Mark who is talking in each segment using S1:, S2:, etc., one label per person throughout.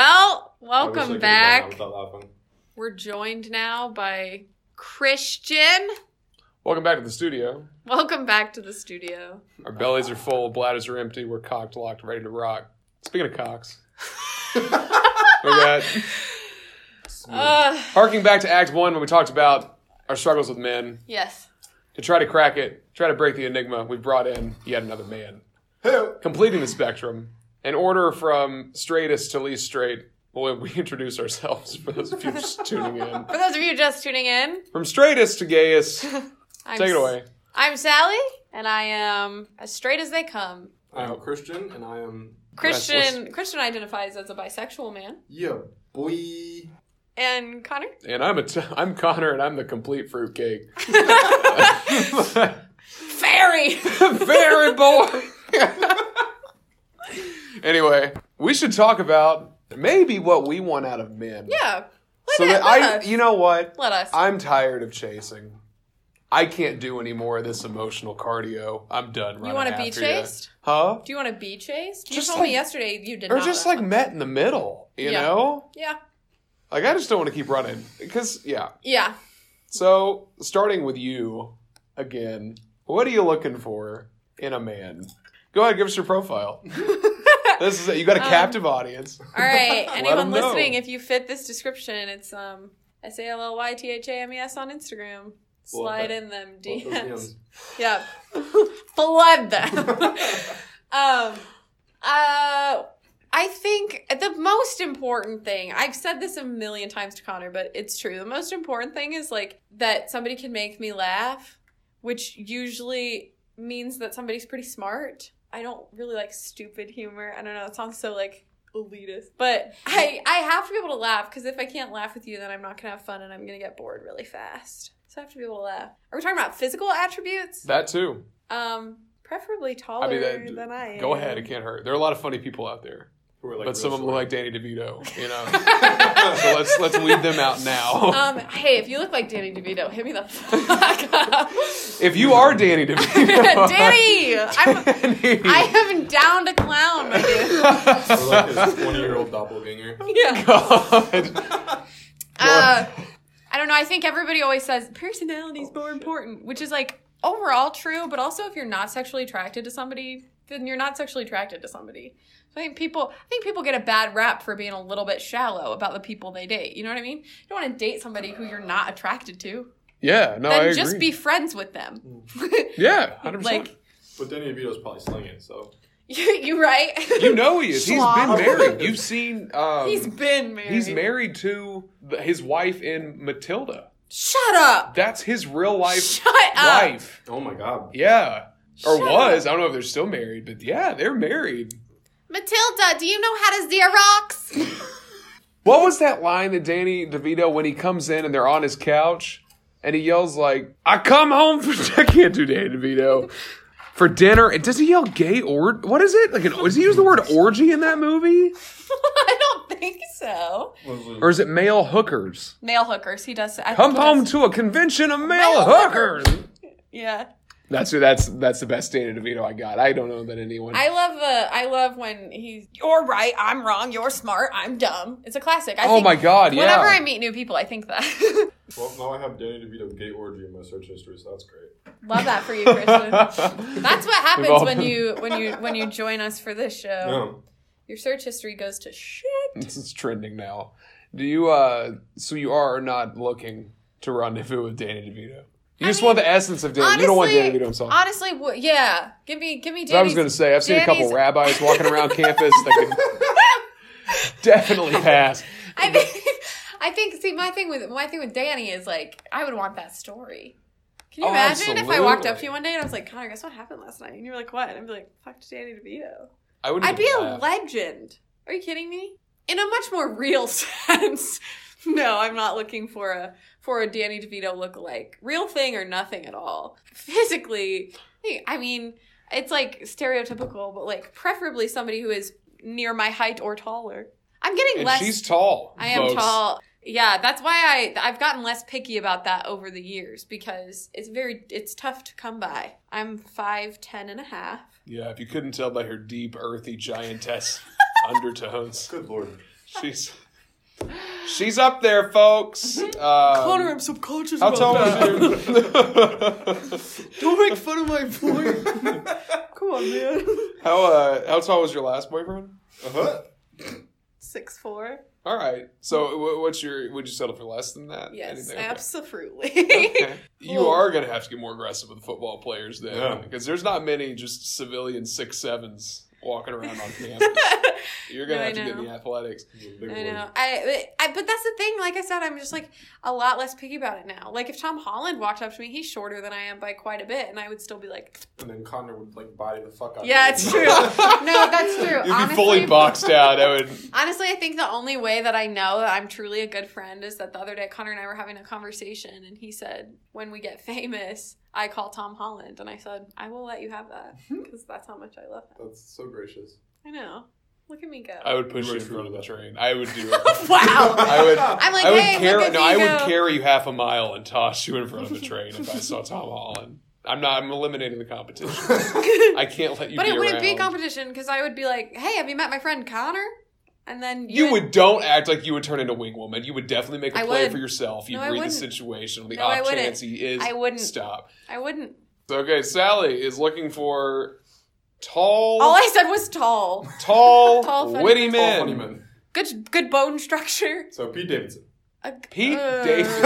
S1: Well,
S2: I wish I
S1: welcome
S2: could've
S1: back.
S2: gone on without laughing.
S1: We're joined now by Christian.
S3: Welcome back to the studio.
S1: Welcome back to the studio.
S3: Our bellies are full, bladders are empty. We're cocked, locked, ready to rock. Speaking of cocks, we got
S1: Uh,
S3: harking back to Act One when we talked about our struggles with men.
S1: yes.
S3: To try to crack it, try to break the enigma, we brought in yet another man,
S2: Who?
S3: completing the spectrum. In order from straightest to least straight, well, we introduce ourselves for those of you just tuning in.
S1: For those of you just tuning in,
S3: From straightest to gayest,
S1: I'm,
S3: take it away.
S1: I'm Sally, and I am as straight as they come.
S2: I am Christian, and I am
S1: Christian
S3: Restless.
S1: Christian identifies as a bisexual man,
S2: yeah boy.
S1: and Connor.
S3: And I'm a t- I'm Connor, and I'm the complete fruitcake.
S1: Fairy.
S3: Very boring. anyway, we should talk about maybe what we want out of men.
S1: yeah. Let,
S3: So
S1: it,
S3: that
S1: let
S3: I,
S1: us.
S3: you know what?
S1: let us.
S3: I'm tired of chasing. I can't do any more of this emotional cardio. I'm done.
S1: you
S3: running
S1: want to be
S3: after ya.
S1: chased?
S3: Huh?
S1: Do you want to be chased? You
S3: Just
S1: told
S3: like-
S1: me yesterday you did
S3: Or
S1: not.
S3: just
S1: want
S3: like met in the middle, you
S1: Yeah.
S3: know?
S1: that. yeah,
S3: Like I just don't want to keep running because yeah.
S1: yeah.
S3: So starting with you again, what are you looking for in a man? Go ahead, give us your profile. this is it. You got a
S1: Um,
S3: captive audience.
S1: All right,
S3: Let 'em
S1: anyone
S3: know.
S1: listening, if you fit this description, it's um S A L L Y T H A M E S on Instagram. Slide
S2: that-
S1: in them
S2: Well,
S1: DMs.
S2: those DMs.
S1: Yep. Flood them. um, uh, I think the most important thing, I've said this a million times to Connor, but it's true. The most important thing is like that somebody can make me laugh, which usually means that somebody's pretty smart. I don't really like stupid humor. I don't know. It sounds so like elitist, but I I have to be able to laugh because if I can't laugh with you, then I'm not gonna have fun and I'm gonna get bored really fast. So I have to be able to laugh. Are we talking about physical attributes?
S3: That too.
S1: Um, preferably taller
S3: I mean, that,
S1: than I am.
S3: go ahead. It can't hurt. There are a lot of funny people out there,
S2: Who are, like,
S3: but some of them look
S2: real
S3: like Danny DeVito. You know,
S2: short.
S3: so let's let's weed them out now.
S1: Um, hey, if you look like Danny DeVito, hit me the fuck up.
S3: if you are Danny DeVito,
S1: Danny, I'm,
S3: Danny.
S1: I am down to clown, my dude.
S2: Or like his twenty-year-old doppelganger.
S1: Yeah.
S3: God.
S1: Uh, I don't know. I think everybody always says personality
S3: Oh,
S1: is more important, which is like overall true, but also if you're not sexually attracted to somebody, then you're not sexually attracted to somebody. So I think people, I think people get a bad rap for being a little bit shallow about the people they date. You know what I mean? You don't want to date somebody who you're not attracted to.
S3: Yeah, no, I
S1: then
S3: agree. Mm.
S1: just be friends with them.
S3: yeah, hundred
S1: like
S3: percent.
S2: But Danny DeVito's probably slinging, so
S1: you, you right?
S3: You know he is. He's
S1: Slob.
S3: been married. You've seen. Um,
S1: he's been married.
S3: He's married to th- his wife in Matilda.
S1: Shut up.
S3: That's his real life
S1: Shut up.
S3: wife.
S2: oh my god,
S3: Yeah. Or
S1: Shut
S3: was. I don't know if they're still married, but yeah, they're married.
S1: Matilda, do you know how to Xerox?
S3: What was that line that Danny DeVito when he comes in and they're on his couch and he yells like, "I come home for I can't do Danny DeVito for dinner." And does he yell gay or what is it? Like, an, does he use the word orgy in that movie,
S1: I don't think so.
S3: or is it male hookers?
S1: Male hookers. He does. I
S3: Come
S1: think he
S3: home
S1: does-
S3: to a convention of
S1: Male
S3: male
S1: hookers.
S3: hookers.
S1: yeah.
S3: That's that's that's the best Danny DeVito I got. I don't know that anyone.
S1: I love the. I love when he's. You're right. I'm wrong. You're smart. I'm dumb. It's a classic. I
S3: oh
S1: think
S3: my god! Yeah.
S1: Whenever I meet new people, I think that.
S2: Well, now I have Danny DeVito gay orgy in my search history, so that's great.
S1: love that for you, Christian. That's what
S3: We've
S1: happens
S3: all
S1: when
S3: been-
S1: you when you when you join us for this show.
S2: Um,
S1: Your search history goes to shit.
S3: This is trending now. Do you uh so you are not looking to rendezvous with Danny DeVito? You just want the essence of Danny. you don't want Danny DeVito himself.
S1: Honestly, wh- yeah. Give me, give me.
S3: That's what I was
S1: Danny's-
S3: gonna say. I've seen a couple
S1: Danny's-
S3: rabbis walking around campus that could definitely pass.
S1: I think, I think. See, my thing with my thing with Danny is like, I would want that story. Can you
S3: Oh,
S1: imagine if I walked up
S3: absolutely.
S1: to you one day and I was like, Connor, guess what happened last night? And you were like, what? And I'd be like, fuck Danny DeVito.
S3: I wouldn't
S1: I'd be
S3: even
S1: a
S3: laugh.
S1: legend. Are you kidding me? In a much more real sense. No, I'm not looking for a for a Danny DeVito lookalike. Real thing or nothing at all. Physically, hey, I mean, it's like stereotypical, but like preferably somebody who is near my height or taller. I'm getting
S3: And
S1: less.
S3: she's tall.
S1: I am
S3: folks.
S1: tall. Yeah, that's why I I've gotten less picky about that over the years because it's very it's tough to come by. I'm five ten and a half.
S3: Yeah, if you couldn't tell by her deep, earthy, giantess undertones.
S2: good lord,
S3: She's she's up there, folks. Um,
S1: Mm-hmm.
S4: Connor, I'm subconscious
S3: how
S4: about
S3: tall
S4: that.
S3: was you?
S4: Don't make fun of my
S2: Uh-huh.
S4: boy. Come on, man.
S3: how uh, how tall was your last boyfriend?
S2: Uh-huh.
S1: Six four.
S3: All right. So wh- what's your? Would you settle for less than that?
S1: Yes,
S3: Anything? Okay.
S1: absolutely.
S3: Okay. You
S1: Cool.
S3: are going to have to get more aggressive with football players then,
S2: Yeah.
S3: because there's not many just civilian six sevens walking around on campus. You're going
S1: No,
S3: to
S1: I
S3: have to get in
S1: know.
S3: the athletics.
S2: He's a big
S1: I
S2: boy.
S1: know. I, I but that's the thing. Like I said, I'm just like a lot less picky about it now. Like if Tom Holland walked up to me, he's shorter than I am by quite a bit, and I would still be like,
S2: And then Connor would like body the fuck out.
S1: Yeah,
S2: of
S1: it's
S2: you.
S1: true. no, that's true.
S3: You'd be fully boxed out. I would.
S1: Honestly, I think the only way that I know that I'm truly a good friend is that the other day Connor and I were having a conversation, and he said, "When we get famous, I call Tom Holland," and I said, "I will let you have that because that's how much I love him."
S2: That's so gracious.
S1: I know. Look at me go.
S3: I would push
S2: You
S3: you
S2: would
S3: in front of the
S2: that.
S3: train. I would do it.
S1: wow.
S3: I would.
S1: I'm like,
S3: I would
S1: hey,
S3: carry.
S1: look at
S3: no,
S1: me
S3: I would
S1: go.
S3: carry you half a mile and toss you in front of the train if I saw Tom Holland. I'm not. I'm eliminating the competition. I can't let you.
S1: But
S3: be
S1: it wouldn't be a
S3: around.
S1: competition because I would be like, "Hey, have you met my friend Connor?" And then you,
S3: You would don't act like you would turn into Wing Woman. You would definitely make a
S1: I
S3: play
S1: would.
S3: for yourself. You
S1: No, I
S3: read the
S1: wouldn't.
S3: situation. The
S1: No, I
S3: off
S1: wouldn't.
S3: chance he is.
S1: I wouldn't.
S3: stop.
S1: I wouldn't.
S3: So, okay, Sally is looking for tall,
S1: All I said was tall.
S3: tall,
S1: Tall, funny
S3: witty
S1: men.
S2: All
S3: men.
S2: funny men.
S1: Good, good bone structure.
S2: So Pete Davidson.
S1: A-
S3: Pete
S1: uh.
S3: Davidson.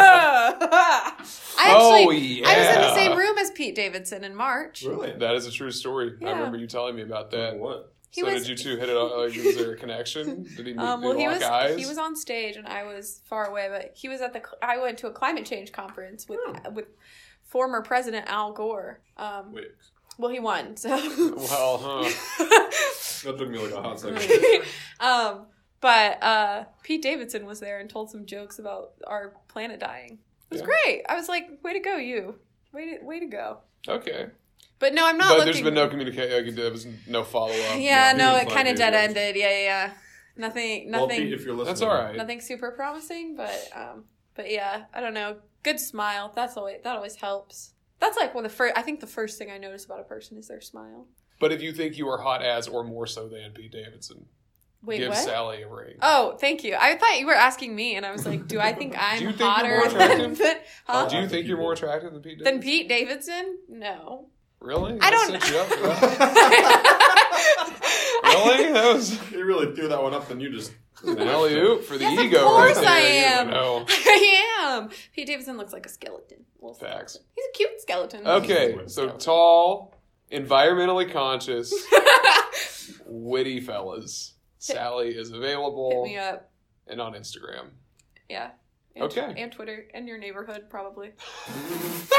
S1: I actually,
S3: oh yeah.
S1: I was in the same room as Pete Davidson in March.
S2: Really?
S3: That is a true story. I
S1: Yeah.
S3: remember you telling me about that.
S2: What?
S1: He
S3: so
S1: was-
S3: did you two hit it? Off, like, was there a connection? Did he,
S1: Um,
S3: did
S1: well,
S3: he
S1: he
S3: lock
S1: was
S3: eyes?
S1: he was on stage and I was far away, but he was at the. cl- I went to a climate change conference with with former President Al Gore. Um,
S2: Wait.
S1: well, he won, so
S3: well, uh, huh.
S2: That took me like a hot second.
S1: um, but uh, Pete Davidson was there and told some jokes about our planet dying. It was
S3: Yeah.
S1: great. I was like, "Way to go, you! Way to, way to go!"
S3: Okay.
S1: But no, I'm not.
S3: but
S1: looking...
S3: there's been no communication. Like, there was no follow up.
S1: Yeah,
S2: no,
S1: no,
S2: he
S1: it
S2: was
S1: kind of
S2: like,
S1: dead
S2: "Hey, guys."
S1: ended. Yeah, yeah, yeah. Nothing,
S2: Well, Pete,
S1: nothing,
S2: if you're listening,
S3: That's all right.
S1: nothing super promising. But um, but yeah, I don't know. Good smile. That's always that always helps. That's like one of the first. I think the first thing I notice about a person is their smile.
S3: But if you think you are hot as or more so than Pete Davidson,
S1: Wait,
S3: give
S1: what?
S3: Sally a ring.
S1: Oh, thank you. I thought you were asking me, and I was like, "Do I think I'm
S3: Do you think you're
S1: hotter
S3: more
S1: than,
S3: attractive? Oh,
S1: than, huh?
S3: Do you think you're more
S2: People.
S3: attractive than Pete
S1: Uh, than
S3: Davidson?
S1: Pete Davidson?" No.
S3: Really?
S1: I
S3: That
S1: don't-
S3: set you up for that?
S1: really?
S3: really? That was
S2: He really threw that one up, then you just.
S3: an alley oop for the
S1: Yes, of
S3: ego right
S1: course
S3: there.
S1: I
S3: You
S1: am.
S3: know.
S1: I am. Pete Davidson looks like a skeleton. Little
S3: Facts.
S1: skeleton. He's a cute skeleton.
S3: Okay, so tall, environmentally conscious, witty fellas. Sally is
S1: Hit
S3: available
S1: me up.
S3: and on Instagram.
S1: Yeah. And
S3: Okay.
S1: And Twitter and your neighborhood probably.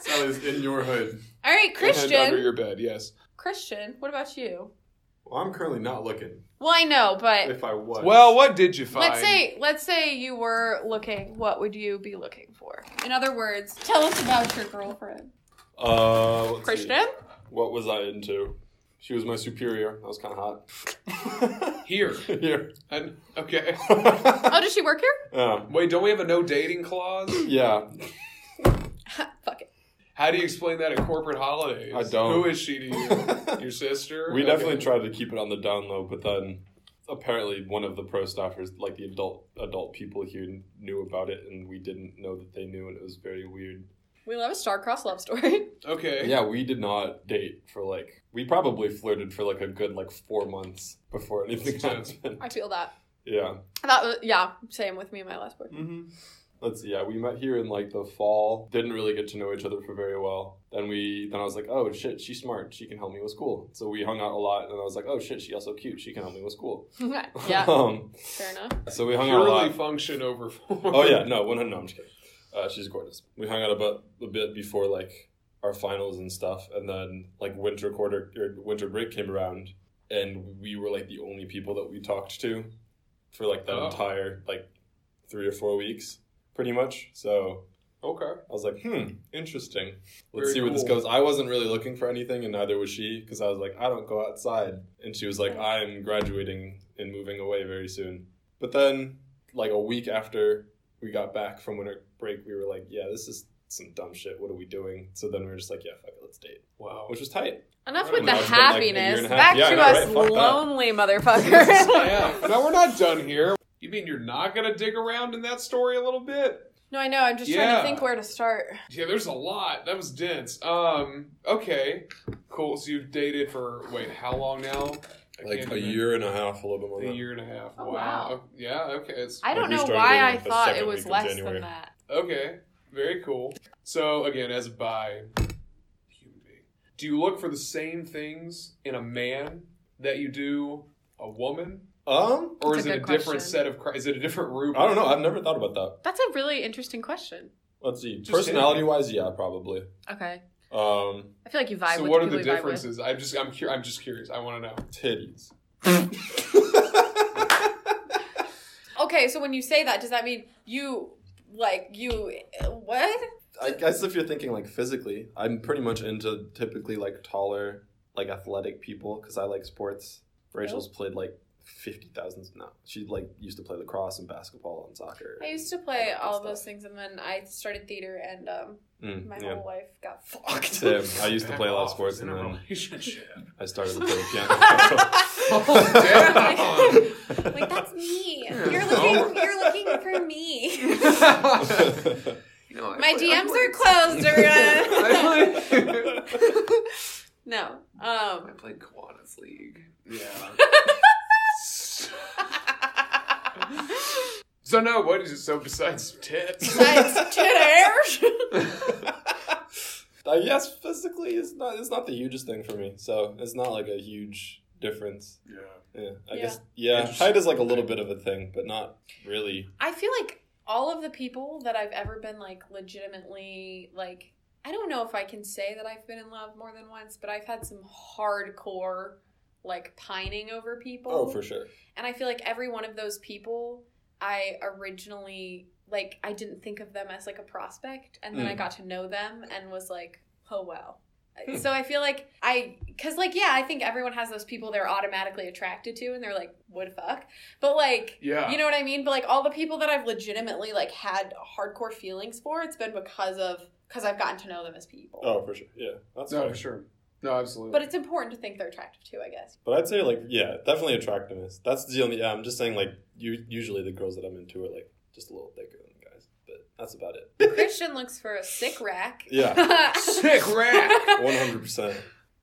S2: Sally's in your hood.
S1: All right,
S3: And under
S1: Christian.
S3: your bed, yes.
S1: Christian, what about you?
S2: Well, I'm currently not looking.
S1: Well, I know, but
S2: If I was.
S3: Well, what did you find?
S1: let's say let's say you were looking. What would you be looking for? In other words, tell us about your girlfriend,
S2: Uh, let's see.
S1: Christian.
S2: What was I into? She was my superior. That was kind of hot.
S3: Here.
S2: Here.
S3: And, okay.
S1: Oh, does she work here?
S2: Um,
S3: Wait, don't we have a no dating clause?
S2: yeah.
S1: Fuck it.
S3: How do you explain that at corporate holidays?
S2: I don't.
S3: Who is she to you? Your sister?
S2: We
S3: Okay.
S2: definitely tried to keep it on the down low, but then apparently one of the pro staffers, like the adult adult people here, knew about it, and we didn't know that they knew, and it was very weird.
S1: We love a star-crossed love story.
S3: Okay.
S2: Yeah, we did not date for like we probably flirted for like a good like four months before anything
S3: Intense.
S2: happened.
S1: I feel that.
S2: Yeah.
S1: That was, yeah, same with me and my last boyfriend.
S2: Mm-hmm. Let's see. Yeah, we met here in like the fall. Didn't really get to know each other for very well. Then we then I was like, oh shit, she's smart. She can help me with school. So we hung out a lot, and then I was like, oh shit, she also cute. She can help me with school.
S1: yeah,
S2: um,
S1: fair enough.
S2: so we hung out a lot.
S3: Purely function over form.
S2: Oh yeah, no, one hundred. No, I'm just kidding. Uh, she's gorgeous. We hung out about a bit before like our finals and stuff, and then like winter quarter or winter break came around, and we were like the only people that we talked to for like that
S3: Oh.
S2: entire like three or four weeks, pretty much. So
S3: Okay.
S2: I was like, hmm, interesting. Let's
S3: Very
S2: see where this
S3: cool.
S2: goes. I wasn't really looking for anything, and neither was she, because I was like, I don't go outside. And she was like, I'm graduating and moving away very soon. But then, like a week after we got back from winter break, we were like, yeah, this is some dumb shit. What are we doing? So then we were just like, yeah, fuck it, let's date,
S3: Wow.
S2: which was tight.
S1: Enough
S2: Right,
S1: with the
S2: now it's been, like, a year and a
S1: happiness.
S2: half.
S1: Back
S2: Yeah, I
S1: to
S2: know,
S1: us
S2: right? Fuck that.
S1: lonely motherfuckers.
S3: yeah. Now we're not done here. You mean you're not gonna dig around in that story a little bit?
S1: no, I know. I'm just trying
S3: Yeah.
S1: to think where to start.
S3: Yeah, there's a lot. That was dense. Um, okay, cool. So you've dated for wait, how long now? I
S2: Like
S3: can't
S2: a
S3: even-
S2: year and a half, a little bit more.
S3: a
S2: than-
S3: year and a half.
S1: Oh,
S3: wow.
S1: wow.
S3: Oh, Yeah. Okay. It's
S1: I don't
S2: we
S1: know
S2: started
S1: why I
S2: dating the
S1: thought
S2: second
S1: it
S2: week
S1: was
S2: of
S1: less
S2: January.
S1: than that.
S3: okay. Very cool. So again, as a bi human being, do you look for the same things in a man that you do a woman,
S2: Um,
S3: or
S1: That's
S3: is
S1: a
S3: it a
S1: good
S3: different
S1: question.
S3: set of? cri- Is it a different rubric?
S2: I don't know. I've never thought about that.
S1: That's a really interesting question.
S2: Let's see.
S3: Just
S2: Personality wise, yeah, probably.
S1: Okay.
S2: Um,
S1: I feel like you vibe
S3: So
S1: with
S3: what are
S1: people
S3: the
S1: you vibe with.
S3: differences? I'm just I'm cur- I'm just curious. I want to know.
S2: titties.
S1: Okay, so when you say that, does that mean you like you what?
S2: I guess if you're thinking like physically, I'm pretty much into typically like taller, like athletic people because I like sports.
S1: Oh.
S2: Rachel's played like fifty thousand. No, she like used to play lacrosse and basketball and soccer.
S1: I used to play
S2: that good
S1: all those
S2: stuff.
S1: things, and then I started theater, and um,
S2: Mm,
S1: my
S2: yeah.
S1: whole life got fucked.
S2: Same. I used to play a lot of
S3: Back
S2: sports
S3: off
S2: and
S3: in a
S2: then
S3: relationship.
S2: I started to play piano.
S1: Oh,
S3: Damn.
S1: like that's me.
S3: Yeah.
S1: You're looking. You're looking for me. My DMs are closed. Or,
S3: I played,
S1: no. Um.
S3: I played Kiwanis League. Yeah. so now what is it? So besides tits,
S1: That's Tinder.
S2: I guess physically it's not it's not the hugest thing for me, so it's not like a huge difference.
S3: yeah.
S2: Yeah, I
S1: Yeah.
S2: guess yeah,
S3: Interesting.
S2: height is like a little bit of a thing, but not really.
S1: I feel like all of the people that I've ever been like legitimately like I don't know if I can say that I've been in love more than once, but I've had some hardcore like pining over people.
S2: Oh, for sure.
S1: And I feel like every one of those people I originally like I didn't think of them as like a prospect and then I
S2: Mm.
S1: got to know them and was like, "Oh wow."
S2: Hmm.
S1: So I feel like I cuz like yeah, I think everyone has those people they're automatically attracted to and they're like, "What the fuck?" But like
S3: Yeah.
S1: you know what I mean? But like all the people that I've legitimately like had hardcore feelings for, it's been because of because I've gotten to know them as people.
S2: Oh, for sure. Yeah, that's
S3: no,
S2: fair.
S3: for sure. No, absolutely.
S1: But it's important to think they're attractive too, I guess.
S2: But I'd say like yeah, definitely attractiveness. That's the only. Yeah, I'm just saying like you usually the girls that I'm into are like just a little thicker than the guys, but that's about it.
S1: Christian looks for a sick rack.
S2: Yeah,
S1: all
S3: sick rat.
S2: one hundred percent.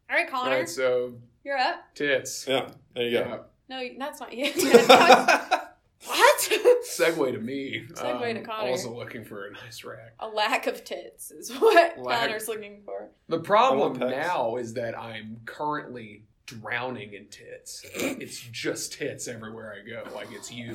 S1: right,
S3: All
S1: Connor,
S3: right, so
S1: you're up.
S3: tits.
S2: Yeah, there you go.
S1: No, that's not you.
S2: Yeah.
S1: what?
S3: Segue to me. Um,
S1: Segue to Connor.
S3: Also looking for a nice rack.
S1: A lack of tits is what
S3: Lack.
S1: Connor's looking for.
S3: The
S2: I
S3: problem
S2: want pecs.
S3: now is that I'm currently drowning in tits. It's just tits everywhere I go. Like it's you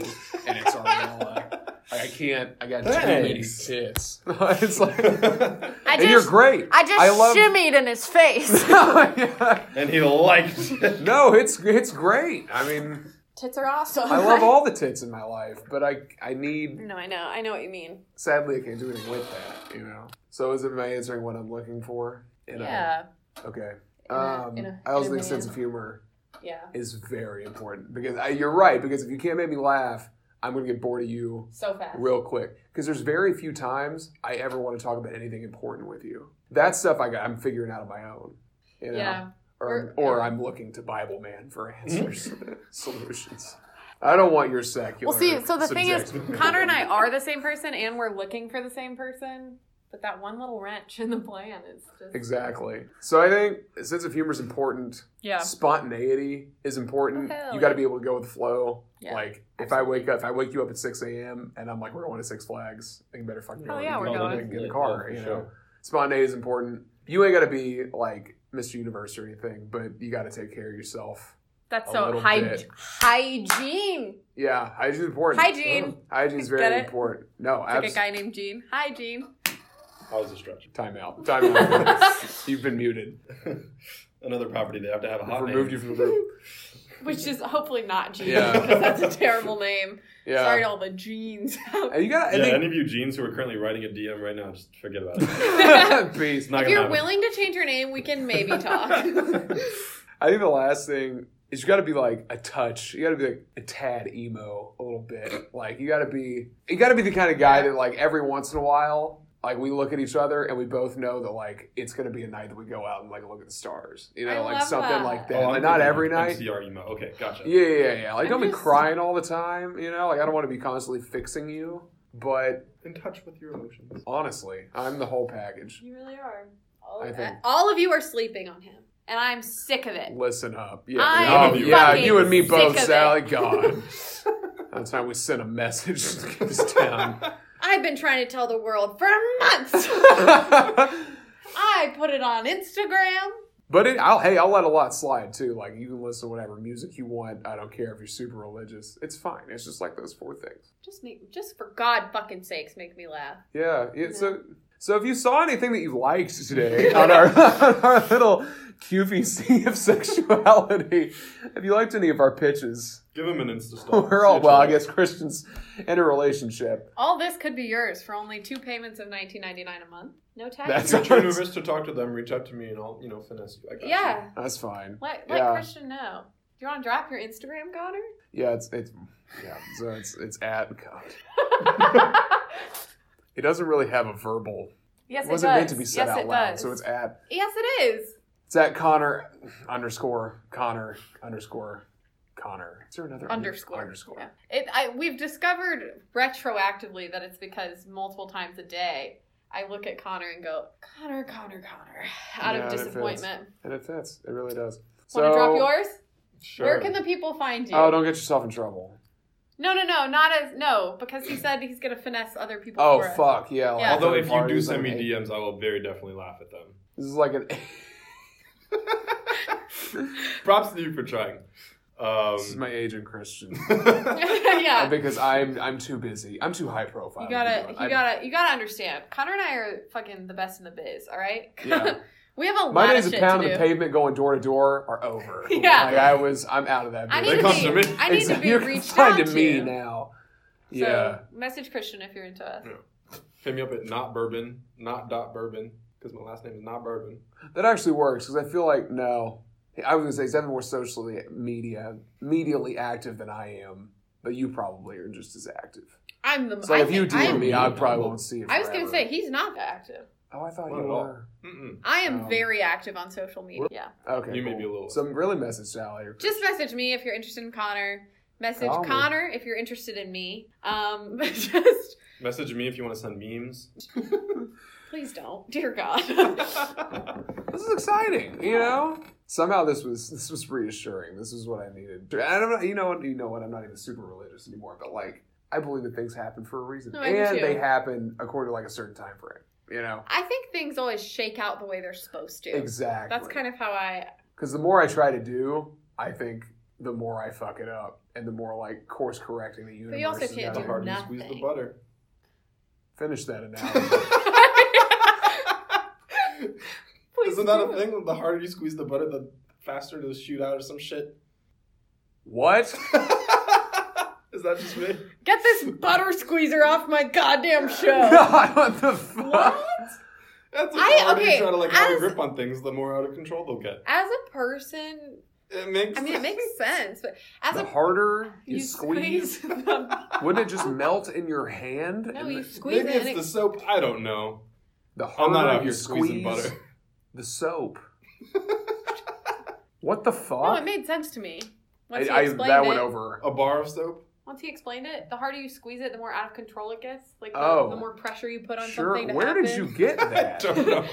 S3: and it's Ariella. Like, I can't. I got too many
S2: Thanks.
S3: tits. it's like,
S1: I
S3: and you're great. I love-
S1: shimmied in his face.
S2: and he liked. it.
S3: no, it's it's great. I mean,
S1: tits are awesome.
S3: I love all the tits in my life, but I I need.
S1: No, I know. I know what you mean.
S3: Sadly, I can't do anything with that. You know. So isn't my answering what I'm looking for? And I-
S1: Yeah.
S3: okay.
S1: In a-
S3: um,
S1: in a-
S3: I also
S1: in a
S3: think sense
S1: man.
S3: of humor.
S1: Yeah.
S3: is very important because I, you're right. Because if you can't make me laugh, I'm going to get bored of you
S1: So fast.
S3: real quick. Because there's very few times I ever want to talk about anything important with you. That stuff I got, I'm figuring out on my own. You know?
S1: Yeah. Or-
S3: Or, or I'm looking to Bible man for answers, solutions. I don't want your secular.
S1: Well, see, so the thing is,
S3: subjective-
S1: Connor and I are the same person, and we're looking for the same person. But that one little wrench in the plan is just
S3: Exactly. So I think a sense of humor is important.
S1: yeah.
S3: Spontaneity is important.
S1: Hell
S3: you got to
S1: yeah.
S3: be able to go with the flow.
S1: Yeah.
S3: Like if I wake up, if I wake you up at six a.m. and I'm like, we're going to Six Flags, then you better fucking.
S1: Oh,
S3: go.
S1: yeah,
S3: You
S1: we're
S3: can
S1: going.
S3: Get in the
S2: Yeah,
S3: car.
S2: for
S3: you know,
S2: sure.
S3: spontaneity is important. You ain't got to be like Mr. Universe or anything, but you got to take care of yourself.
S1: That's
S3: A
S1: so
S3: little
S1: hy-
S3: bit.
S1: hygiene.
S3: Yeah, hygiene's important.
S1: Hygiene.
S3: Hygiene's
S1: Get
S3: very
S1: it?
S3: important.
S1: Like
S3: No,
S1: a
S3: absolutely.
S1: guy named Gene. Hygiene.
S2: That was a stretch.
S3: Time out. Time out. You've been muted.
S2: Another property they have to have a
S3: I've
S2: hot.
S3: removed you
S2: name.
S3: from the group.
S1: Which is hopefully not Gene
S3: Yeah.
S1: because that's a terrible name.
S3: Yeah.
S1: Sorry to all the Genes. out
S3: And you got.
S2: Yeah,
S3: I
S2: any of you genes who are currently writing a DM right now, just forget about it.
S1: there.
S3: think, Peace.
S2: It's not
S1: if
S2: gonna
S1: you're
S2: happen.
S1: willing to change your name, we can maybe talk.
S3: Oh, I think the last thing is you got to be like a touch. You got to be like a tad emo a little bit. Like you got to be you got to be the kind of guy that like every once in a while like we look at each other and we both know that like it's gonna be a night that we go out and like look at the stars. You know,
S1: I
S3: like
S1: love
S3: something
S1: that.
S3: like
S2: Oh,
S3: that.
S2: I'm
S3: Like, not
S2: thinking
S3: every
S2: like
S3: night.
S2: MCR emo. Okay, gotcha.
S3: Yeah, yeah, yeah, yeah. Like
S1: I'm
S3: don't be
S1: just-
S3: crying all the time, you know? Like I don't want to be constantly fixing you. But
S2: In touch with your emotions.
S3: honestly, I'm the whole package.
S1: You really are. All
S3: I
S1: of,
S3: think-
S1: all of you are sleeping on him, and I'm sick of it.
S3: Listen up. Yeah.
S1: I'm
S3: oh, yeah,
S1: fucking
S3: you and me
S1: sick
S3: both,
S1: of it.
S3: Sally. God. That's how we sent a message to get this down.
S1: I've been trying to tell the world for months. I put it on Instagram.
S3: but it, I'll, hey, I'll let a lot slide too. Like you can listen to whatever music you want. I don't care if you're super religious. It's fine. It's just like those four things.
S1: Just make, just for God fucking sakes, make me laugh.
S3: Yeah. It, So so if you saw anything that you liked today on our on our little QVC of sexuality, if you liked any of our pitches,
S2: Give him an Insta stalk.
S3: we're all well. I guess Christian's in a relationship.
S1: All this could be yours for only two payments of nineteen ninety nine a month. No tax.
S3: That's
S2: If you're too nervous to talk to them, reach out to me and I'll, you know, finesse you. I got you.
S1: yeah.
S3: That's fine.
S1: Let let
S3: Yeah.
S1: Christian know. Do you want to drop your Instagram, Goddard?
S3: Yeah, it's it's yeah. So it's it's at God. It doesn't really have a verbal.
S1: yes,
S3: It
S1: it
S3: wasn't
S1: does.
S3: meant to be said
S1: yes,
S3: out
S1: it
S3: loud.
S1: Does.
S3: So it's at
S1: yes, it is.
S3: it's at Connor underscore Connor underscore Connor. Is there another under-
S1: Underscore.
S3: underscore?
S1: Yeah. It, I, we've discovered retroactively that it's because multiple times a day I look at Connor and go, Connor, Connor, Connor, out
S3: Yeah,
S1: of
S3: that fits.
S1: disappointment.
S3: And it fits. It really does.
S1: Want to drop yours?
S2: Sure.
S1: Where can the people find you?
S3: Oh, don't get yourself in trouble.
S1: No, no, no, not as no, because he said he's gonna finesse other people.
S3: Oh
S1: for us.
S3: fuck yeah! like
S1: Yeah.
S2: Although
S3: third
S2: if you do
S3: parties,
S2: send me
S3: like, hey,
S2: DMs, I will very definitely laugh at them.
S3: this is like an
S2: Props to you for trying. Um,
S3: this is my agent Christian
S1: yeah,
S3: because I'm I'm too busy. I'm too high profile.
S1: you gotta,
S3: I'm-
S1: you gotta, you gotta understand. Connor and I are fucking the best in the biz. All right.
S3: Yeah.
S1: we have a
S3: My
S1: lot
S3: days
S1: of
S3: of
S1: shit
S3: pounding
S1: to
S3: the
S1: do.
S3: pavement going door to door are over.
S1: Yeah.
S3: Like I was, I'm out of that.
S1: I
S3: business.
S1: need
S2: comes
S1: to
S2: to
S1: be.
S2: me.
S1: I need to
S3: Exactly.
S1: be
S3: You're
S1: reached out
S3: confined
S1: to.
S3: to me now. Yeah.
S1: So, message Christian if you're into us.
S2: hit me up at not bourbon, not dot bourbon, because my last name is not bourbon.
S3: That actually works because I feel like, no. I was going to say, Zevin more socially media, medially active than I am, but you probably are just as active.
S1: I'm the.
S3: So
S1: I
S3: if you
S1: think I
S3: DM
S1: am-
S3: me, I probably won't see it.
S1: I was gonna say
S3: forever.
S1: he's not that active.
S3: Oh, I thought
S2: Not
S3: you
S2: at all.
S3: were.
S2: Mm-mm.
S1: I am
S3: Um,
S1: very active on social media. Yeah.
S3: Okay.
S2: You may
S3: cool.
S2: be a little-
S3: So really message Sally. or-
S1: Just message me if you're interested in Connor. Message
S3: Connor.
S1: Connor, if you're interested in me. Um, just
S2: Message me if you want to send memes.
S1: please don't, dear God.
S3: this is exciting, you know. Somehow this was this was reassuring. This is what I needed. And I'm not, you know what, you know what. I'm not even super religious anymore, but like I believe that things happen for a reason,
S1: No, I do
S3: and
S1: too.
S3: they happen according to like a certain time frame. You know,
S1: I think things always shake out the way they're supposed to.
S3: exactly.
S1: That's kind of how I.
S3: because the more I try to do, I think the more I fuck it up, and the more like course correcting the universe.
S1: you also
S3: is
S1: can't
S2: the
S3: gonna-
S1: do
S2: harder you squeeze the
S1: nothing.
S2: butter.
S3: Finish that analogy.
S1: Please
S2: Isn't that
S1: do.
S2: a thing? The harder you squeeze the butter, the faster it'll shoot out or some shit.
S3: what?
S2: Is that just me?
S1: Get this butter squeezer off my goddamn show.
S3: God, what the fuck?
S2: That's
S1: I-
S2: the harder
S1: okay,
S2: you try to like have a
S1: as-
S2: grip on things, the more out of control they'll get.
S1: As a person,
S2: It makes.
S1: I mean, it makes sense, but as
S3: The
S1: a
S3: harder you,
S1: you
S3: squeeze,
S1: squeeze the
S3: wouldn't it just melt in your hand?
S1: No,
S3: And
S1: you
S3: the-
S1: squeeze it.
S2: Maybe
S1: And
S2: it's the
S1: it
S2: soap. I don't know.
S3: The
S2: I'm
S3: harder
S2: not out
S3: you
S2: here squeezing
S3: squeeze
S2: butter.
S3: the soap. what the
S1: no,
S3: fuck?
S1: it made sense to me. Once he
S3: I- I-
S1: explained
S3: that
S1: it,
S3: went over.
S2: A bar of soap.
S1: once he explained it, the harder you squeeze it, the more out of control it gets. Like the,
S3: Oh.
S1: the more pressure you put on
S3: Sure.
S1: something. To
S3: Where
S1: happen.
S3: did you get
S2: I
S3: that?
S2: don't know.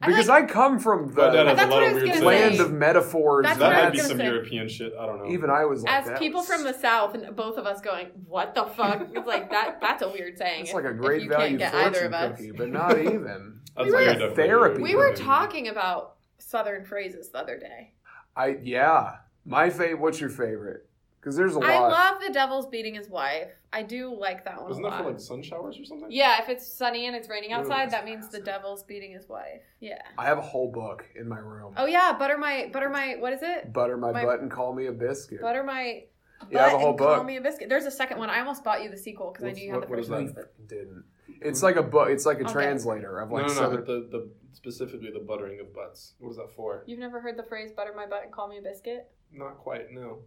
S1: I
S3: because I come from
S2: My dad has
S3: the
S1: That's
S2: a lot
S1: what I
S2: of
S1: was
S2: weird
S1: gonna
S2: sayings.
S3: land of metaphors.
S1: That's
S2: that
S1: what I
S2: might
S1: was
S2: be
S1: gonna
S2: some
S1: say.
S2: European shit. I don't know.
S3: even I was like
S1: As
S3: that
S1: people
S3: was-
S1: from the south, and both of us going, "What the fuck?" It's like that—that's a weird saying.
S3: It's like a
S1: if- if
S3: great
S1: you
S3: value
S1: can't get
S3: fortune
S1: either of us.
S3: cookie, but not even.
S2: That's
S1: We were-
S2: very definitely
S3: Therapy.
S2: weird.
S1: We were talking about southern phrases the other day.
S3: I yeah. My favorite. What's your favorite? Because there's a lot.
S1: I love the devil's beating his wife. I do like that one
S2: Wasn't
S1: a
S2: that
S1: lot.
S2: for like sun showers or something?
S1: yeah, if it's sunny and it's raining
S2: Ooh,
S1: outside,
S2: that's
S1: that means the devil's beating his wife. Yeah.
S3: I have a whole book in my room.
S1: Oh yeah, butter my butter my what is it?
S3: Butter my,
S1: My-
S3: butt and call me a biscuit.
S1: Butter my butt
S3: Yeah, I have a whole
S1: and call
S3: book.
S1: me a biscuit. There's a second one. I almost bought you the sequel because I
S2: What's-
S1: knew you had
S2: what-
S1: the
S2: what
S1: first
S2: is
S1: one.
S2: that?
S1: but-
S3: Didn't. It's like a book. It's like a
S1: Mm-hmm. Okay.
S3: translator of
S2: No,
S3: like
S2: no, no.
S3: Southern-
S2: But the, the specifically the buttering of butts. What is that for?
S1: You've never heard the phrase "butter my butt and call me a biscuit"?
S2: Not quite. No.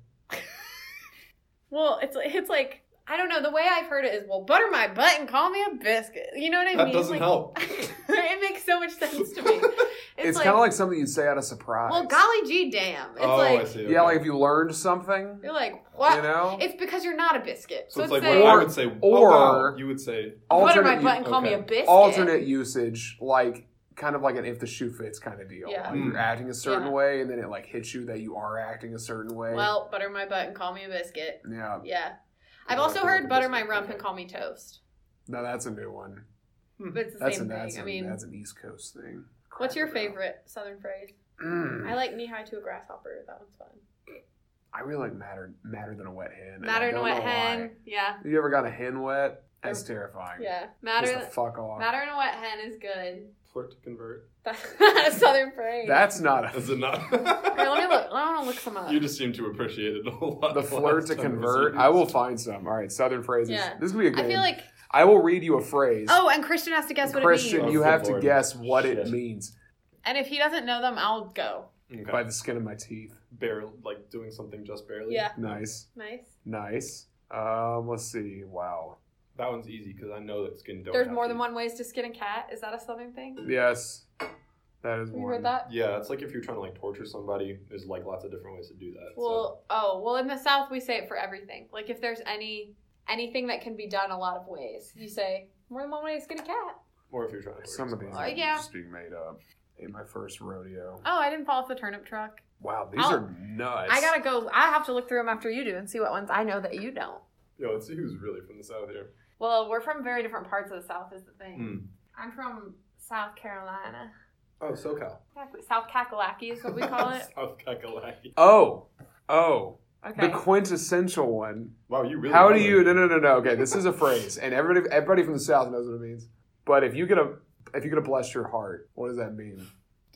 S1: Well, it's it's like I don't know. The way I've heard it is, well, butter my butt and call me a biscuit. You know what I
S2: That
S1: mean?
S2: doesn't
S1: Like,
S2: help.
S1: it makes so much sense to me.
S3: It's, kind of like something you'd say out of surprise.
S1: well, golly gee, damn. It's
S2: oh,
S1: like
S2: I see.
S3: yeah,
S2: okay.
S3: like if you learned something,
S1: you're like what?
S3: you know.
S1: It's because you're not a biscuit.
S2: so,
S1: it's
S2: it's like
S1: saying,
S2: when I
S3: Or-
S2: would say or
S3: or-
S2: you would say
S1: butter my
S3: u-
S1: butt and call me a
S2: okay.
S1: biscuit.
S3: alternate usage, like kind of like an if the shoe fits kind of deal.
S1: Yeah.
S3: Like you're
S2: Mm.
S3: acting a certain
S1: Yeah.
S3: way, and then it like hits you that you are acting a certain way.
S1: Well, butter my butt and call me a biscuit.
S3: yeah,
S1: Yeah. I've
S3: Yeah,
S1: also
S3: butter
S1: heard
S3: my
S1: butter my
S3: biscuit.
S1: rump and
S3: Okay.
S1: call me toast.
S3: no, that's a new one.
S1: But it's the
S3: That's
S1: same
S3: an that's,
S1: thing. I
S3: an-
S1: mean,
S3: that's an East Coast thing.
S1: what's your
S3: Cracker Barrel.
S1: favorite southern phrase?
S3: Mm.
S1: I like knee high to a grasshopper. That one's fun.
S3: I really like matter matter than a wet hen. and I
S1: Matter and
S3: don't
S1: wet
S3: know why.
S1: hen. Yeah.
S3: You ever got a hen wet? That's terrifying.
S1: Yeah.
S3: Just
S1: Matter
S3: the fuck off.
S1: matter and wet hen is good.
S2: flirt to convert.
S1: That's Southern phrase.
S3: That's not a,
S2: Is it not?
S1: Here, let me look. I want to look some up.
S2: You just seem to appreciate it a whole lot.
S3: the flirt
S2: last
S3: to
S2: time it was
S3: convert.
S2: used.
S3: I will find some. All right, Southern phrases.
S1: Yeah.
S3: This will be a good.
S1: I feel like
S3: I will read you a phrase.
S1: oh, and Christian has to guess what it
S3: Christian,
S1: means.
S2: Oh,
S3: you
S2: good
S3: have to
S2: lord.
S3: guess what it
S2: Shit.
S3: means
S1: And if he doesn't know them, I'll go.
S2: Okay.
S3: by the skin of my teeth.
S2: barely like doing something just barely.
S1: Yeah.
S3: Nice,
S1: Nice.
S3: nice. Um, let's see. Wow.
S2: That one's easy because I know that skin don't.
S1: There's
S2: have
S1: more than
S2: teeth.
S1: one ways to skin a cat. Is that a Southern thing?
S3: Yes, that is
S1: Have you
S3: one.
S1: heard that?
S2: Yeah, it's like if you're trying to like torture somebody, there's like lots of different ways to do that. so.
S1: Well, oh, well, in the South we say it for everything. Like if there's any anything that can be done a lot of ways, you say more than one way to skin a cat.
S2: or if you're trying to torture
S3: Some of these
S2: somebody.
S1: Oh,
S3: are
S1: yeah.
S3: just being made up. In my first rodeo.
S1: Oh, I didn't fall off the turnip truck.
S3: Wow, these
S1: I'll-
S3: are nuts.
S1: I gotta go. I have to look through them after you do and see what ones I know that you don't.
S2: Yo, let's see who's really from the south here.
S1: Well, we're from very different parts of the South, is the thing.
S3: Hmm.
S2: Mm.
S1: I'm from South Carolina.
S2: Oh, SoCal.
S1: Exactly. South Kakalaki is what we call it.
S2: South Kakalaki.
S3: Oh, oh,
S1: Okay.
S3: the quintessential one.
S2: Wow, you really.
S3: How
S2: know
S3: do
S2: that.
S3: you? No, no, no, no. Okay, this is a phrase, and everybody, everybody from the South knows what it means. But if you get a, if you get a bless your heart, what does that mean?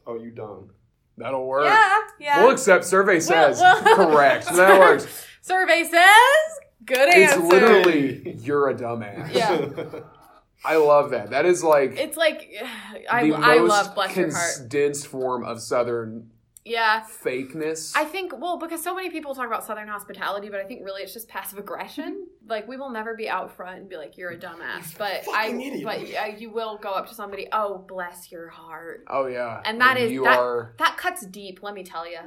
S2: Oh, you dumb.
S3: That'll work.
S1: yeah, yeah.
S3: We'll accept. Survey says
S1: well-
S3: correct. That works.
S1: Survey says good
S3: It's
S1: answer.
S3: literally you're a dumbass.
S1: Yeah.
S3: I love that. That is like
S1: It's like I,
S3: the
S1: I
S3: most
S1: love bless your heart.
S3: condensed form of Southern
S1: Yeah.
S3: fakeness.
S1: I think well because so many people talk about southern hospitality but I think really it's just passive aggression. Like we will never be out front and be like you're a dumbass, but I
S2: fucking idiot.
S1: but uh, you will go up to somebody, "Oh, bless your heart."
S3: oh yeah,
S1: And that is-
S3: you
S1: that-
S3: are.
S1: That cuts deep, let me tell you.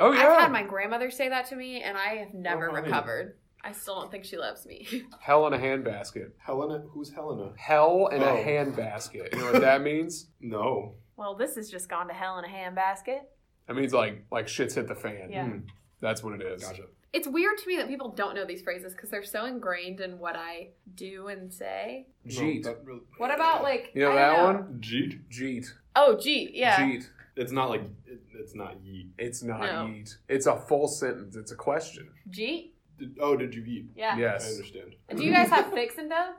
S3: Oh yeah,
S1: I've had my grandmother say that to me, and I have never
S2: honey.
S1: recovered. I still don't think she loves me.
S3: hell in a handbasket.
S2: Helena, who's Helena?
S3: Hell in a
S2: Oh.
S3: handbasket. You know what that means?
S2: No.
S1: well, this has just gone to hell in a handbasket.
S3: That means like like shit's hit the fan.
S1: Yeah.
S2: Mm.
S3: That's what it is.
S2: Gotcha.
S1: It's weird to me that people don't know these phrases because they're so ingrained in what I do and say.
S3: Jeet.
S2: No, that really-
S1: What about like
S3: you know
S1: I
S3: that
S1: don't
S3: one?
S2: Jeet.
S3: Jeet.
S1: Oh, gee, yeah.
S3: Jeet.
S2: It's not like it, it's not yeet.
S3: It's not
S1: No.
S3: yeet. It's a full sentence. It's a question.
S1: Gee,
S2: Did, oh, did you yeet?
S1: yeah.
S2: I
S3: Yes.
S2: understand.
S1: Do you guys have fix and dough?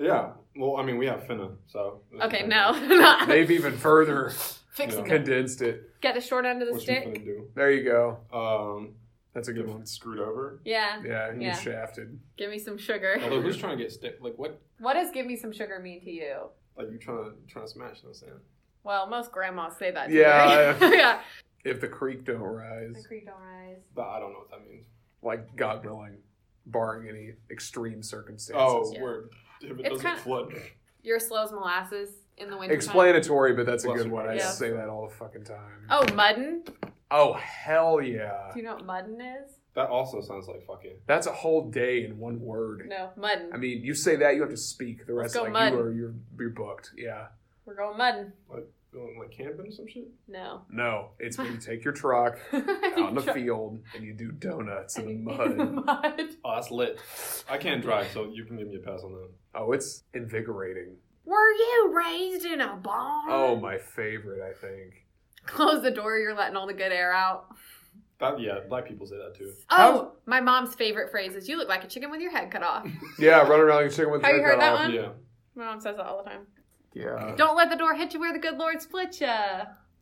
S2: Yeah. Well, I mean, we have finna, so.
S1: Okay, no, not
S3: They've even further
S1: fix and
S2: No.
S1: dough.
S3: condensed it.
S1: Get the short end of the
S2: What's you
S1: stick.
S2: finna do?
S3: There you go.
S2: Um,
S3: That's a
S2: get
S3: good one.
S2: screwed over.
S1: Yeah,
S3: Yeah, he
S1: Yeah.
S3: was shafted.
S1: give me some sugar.
S2: Although, who's trying to get stick? Like, what?
S1: What does give me some sugar mean to you?
S2: Like, you trying to trying to smash? No, Sam.
S1: Well, most grandmas say that. To
S3: Yeah,
S1: me. yeah.
S3: If the creek don't rise,
S1: creek don't rise.
S2: But I don't know what that means.
S3: like God willing, barring any extreme circumstances.
S2: Oh,
S1: Yeah.
S2: word. If it
S1: It's
S2: doesn't
S1: kinda-
S2: flood.
S1: You're as slow as molasses in the winter.
S3: Oh. Explanatory, but that's a
S2: Bless
S3: good
S2: you.
S3: one. I
S1: Yeah.
S3: say that all the fucking time.
S1: Oh, muddin.
S3: Oh, hell yeah.
S1: Do you know what muddin is?
S2: That also sounds like fucking.
S3: That's a whole day in one word.
S1: No, muddin.
S3: I mean, you say that, you have to speak. The
S1: Let's
S3: rest,
S1: go
S3: like
S1: mud.
S3: you are, you're, you're booked. Yeah.
S1: We're going muddin.
S2: Feeling like camping or some shit?
S1: No.
S3: No, it's when you take your truck out in the field and you do donuts in the mud.
S1: mud.
S2: Oh, that's lit. I can't drive, so you can give me a pass on that.
S3: Oh, it's invigorating.
S1: Were you raised in a barn?
S3: Oh, my favorite, I think.
S1: Close the door. You're letting all the good air out.
S2: That yeah, black people say that too.
S1: Oh,
S3: How-
S1: my mom's favorite phrase is "You look like a chicken with your head cut off."
S3: Yeah, running around like a chicken with
S1: Have
S3: your
S1: you
S3: head
S1: heard that
S3: off.
S1: one?
S2: Yeah.
S1: my mom says that all the time.
S3: Yeah.
S1: Don't let the door hit you where the good Lord split you.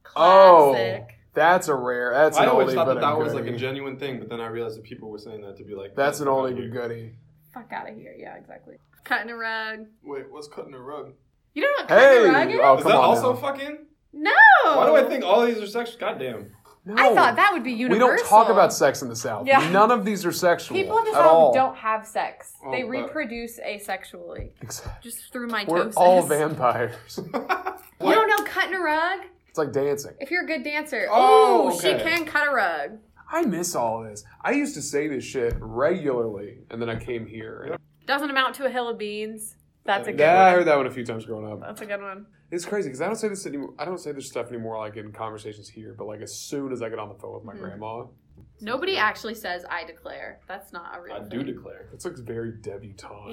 S1: Classic.
S3: Oh, that's a rare. That's an
S2: I always
S3: oldie,
S2: thought
S3: but
S2: that
S3: a
S2: that was like
S3: goodie.
S2: a genuine thing, but then I realized that people were saying that to be like.
S3: That's an
S2: "Fuck
S3: oldie
S2: you."
S3: but goodie.
S1: Fuck out of here. Yeah, exactly. Cutting a rug.
S2: Wait, what's cutting a rug?
S1: You don't know what cutting
S3: Hey,
S1: a rug is?
S3: oh
S2: Is
S3: come
S2: that
S3: on.
S2: also
S3: now.
S2: fucking?
S1: No.
S2: Why do I think all these are sexual? Goddamn.
S1: I thought that would be
S3: we
S1: universal.
S3: don't talk about sex in the South.
S1: Yeah.
S3: None of these are sexual
S1: People in the
S3: at
S1: South
S3: all. Oh,
S1: don't have sex. they
S2: but-
S1: reproduce asexually.
S3: Exactly.
S1: Just through my
S3: We're
S1: toes.
S3: all vampires.
S1: You don't know cutting a rug?
S3: It's like dancing.
S1: If you're a good dancer.
S3: Oh,
S1: Oh,
S3: okay.
S1: she can cut a rug.
S3: I miss all this. I used to say this shit regularly, and then I came here. And
S1: Doesn't amount to a hill of beans. That's a good
S3: yeah, I
S1: one.
S3: heard that one a few times growing up.
S1: That's a good one.
S3: It's crazy because I don't say this anymore. I don't say this stuff anymore, like in conversations here, but like as soon as I get on the phone
S1: Hmm.
S3: with my grandma,
S1: Nobody actually says I declare. That's not a real
S2: I
S1: thing.
S2: do declare.
S3: it's like very debutante.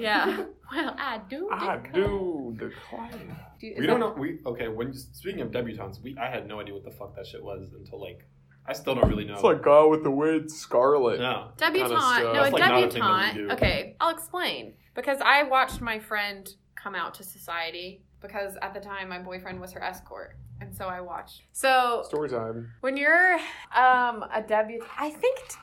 S1: Yeah. well, I do
S3: I
S1: declare.
S3: do decline.
S1: Do you-
S2: We don't know. We okay. When speaking of debutantes, we I had no idea what the fuck that shit was until like I still don't really know.
S3: It's like God with the Wind Scarlet.
S2: no.
S1: Debutante.
S3: kinda stuff.
S1: no, a
S2: That's, like, not a thing that we
S1: debutante.
S2: do.
S1: okay, I'll explain. Because I watched my friend come out to society because at the time my boyfriend was her escort. And so I watched. So
S3: Story time.
S1: when you're um a debutante, I think t-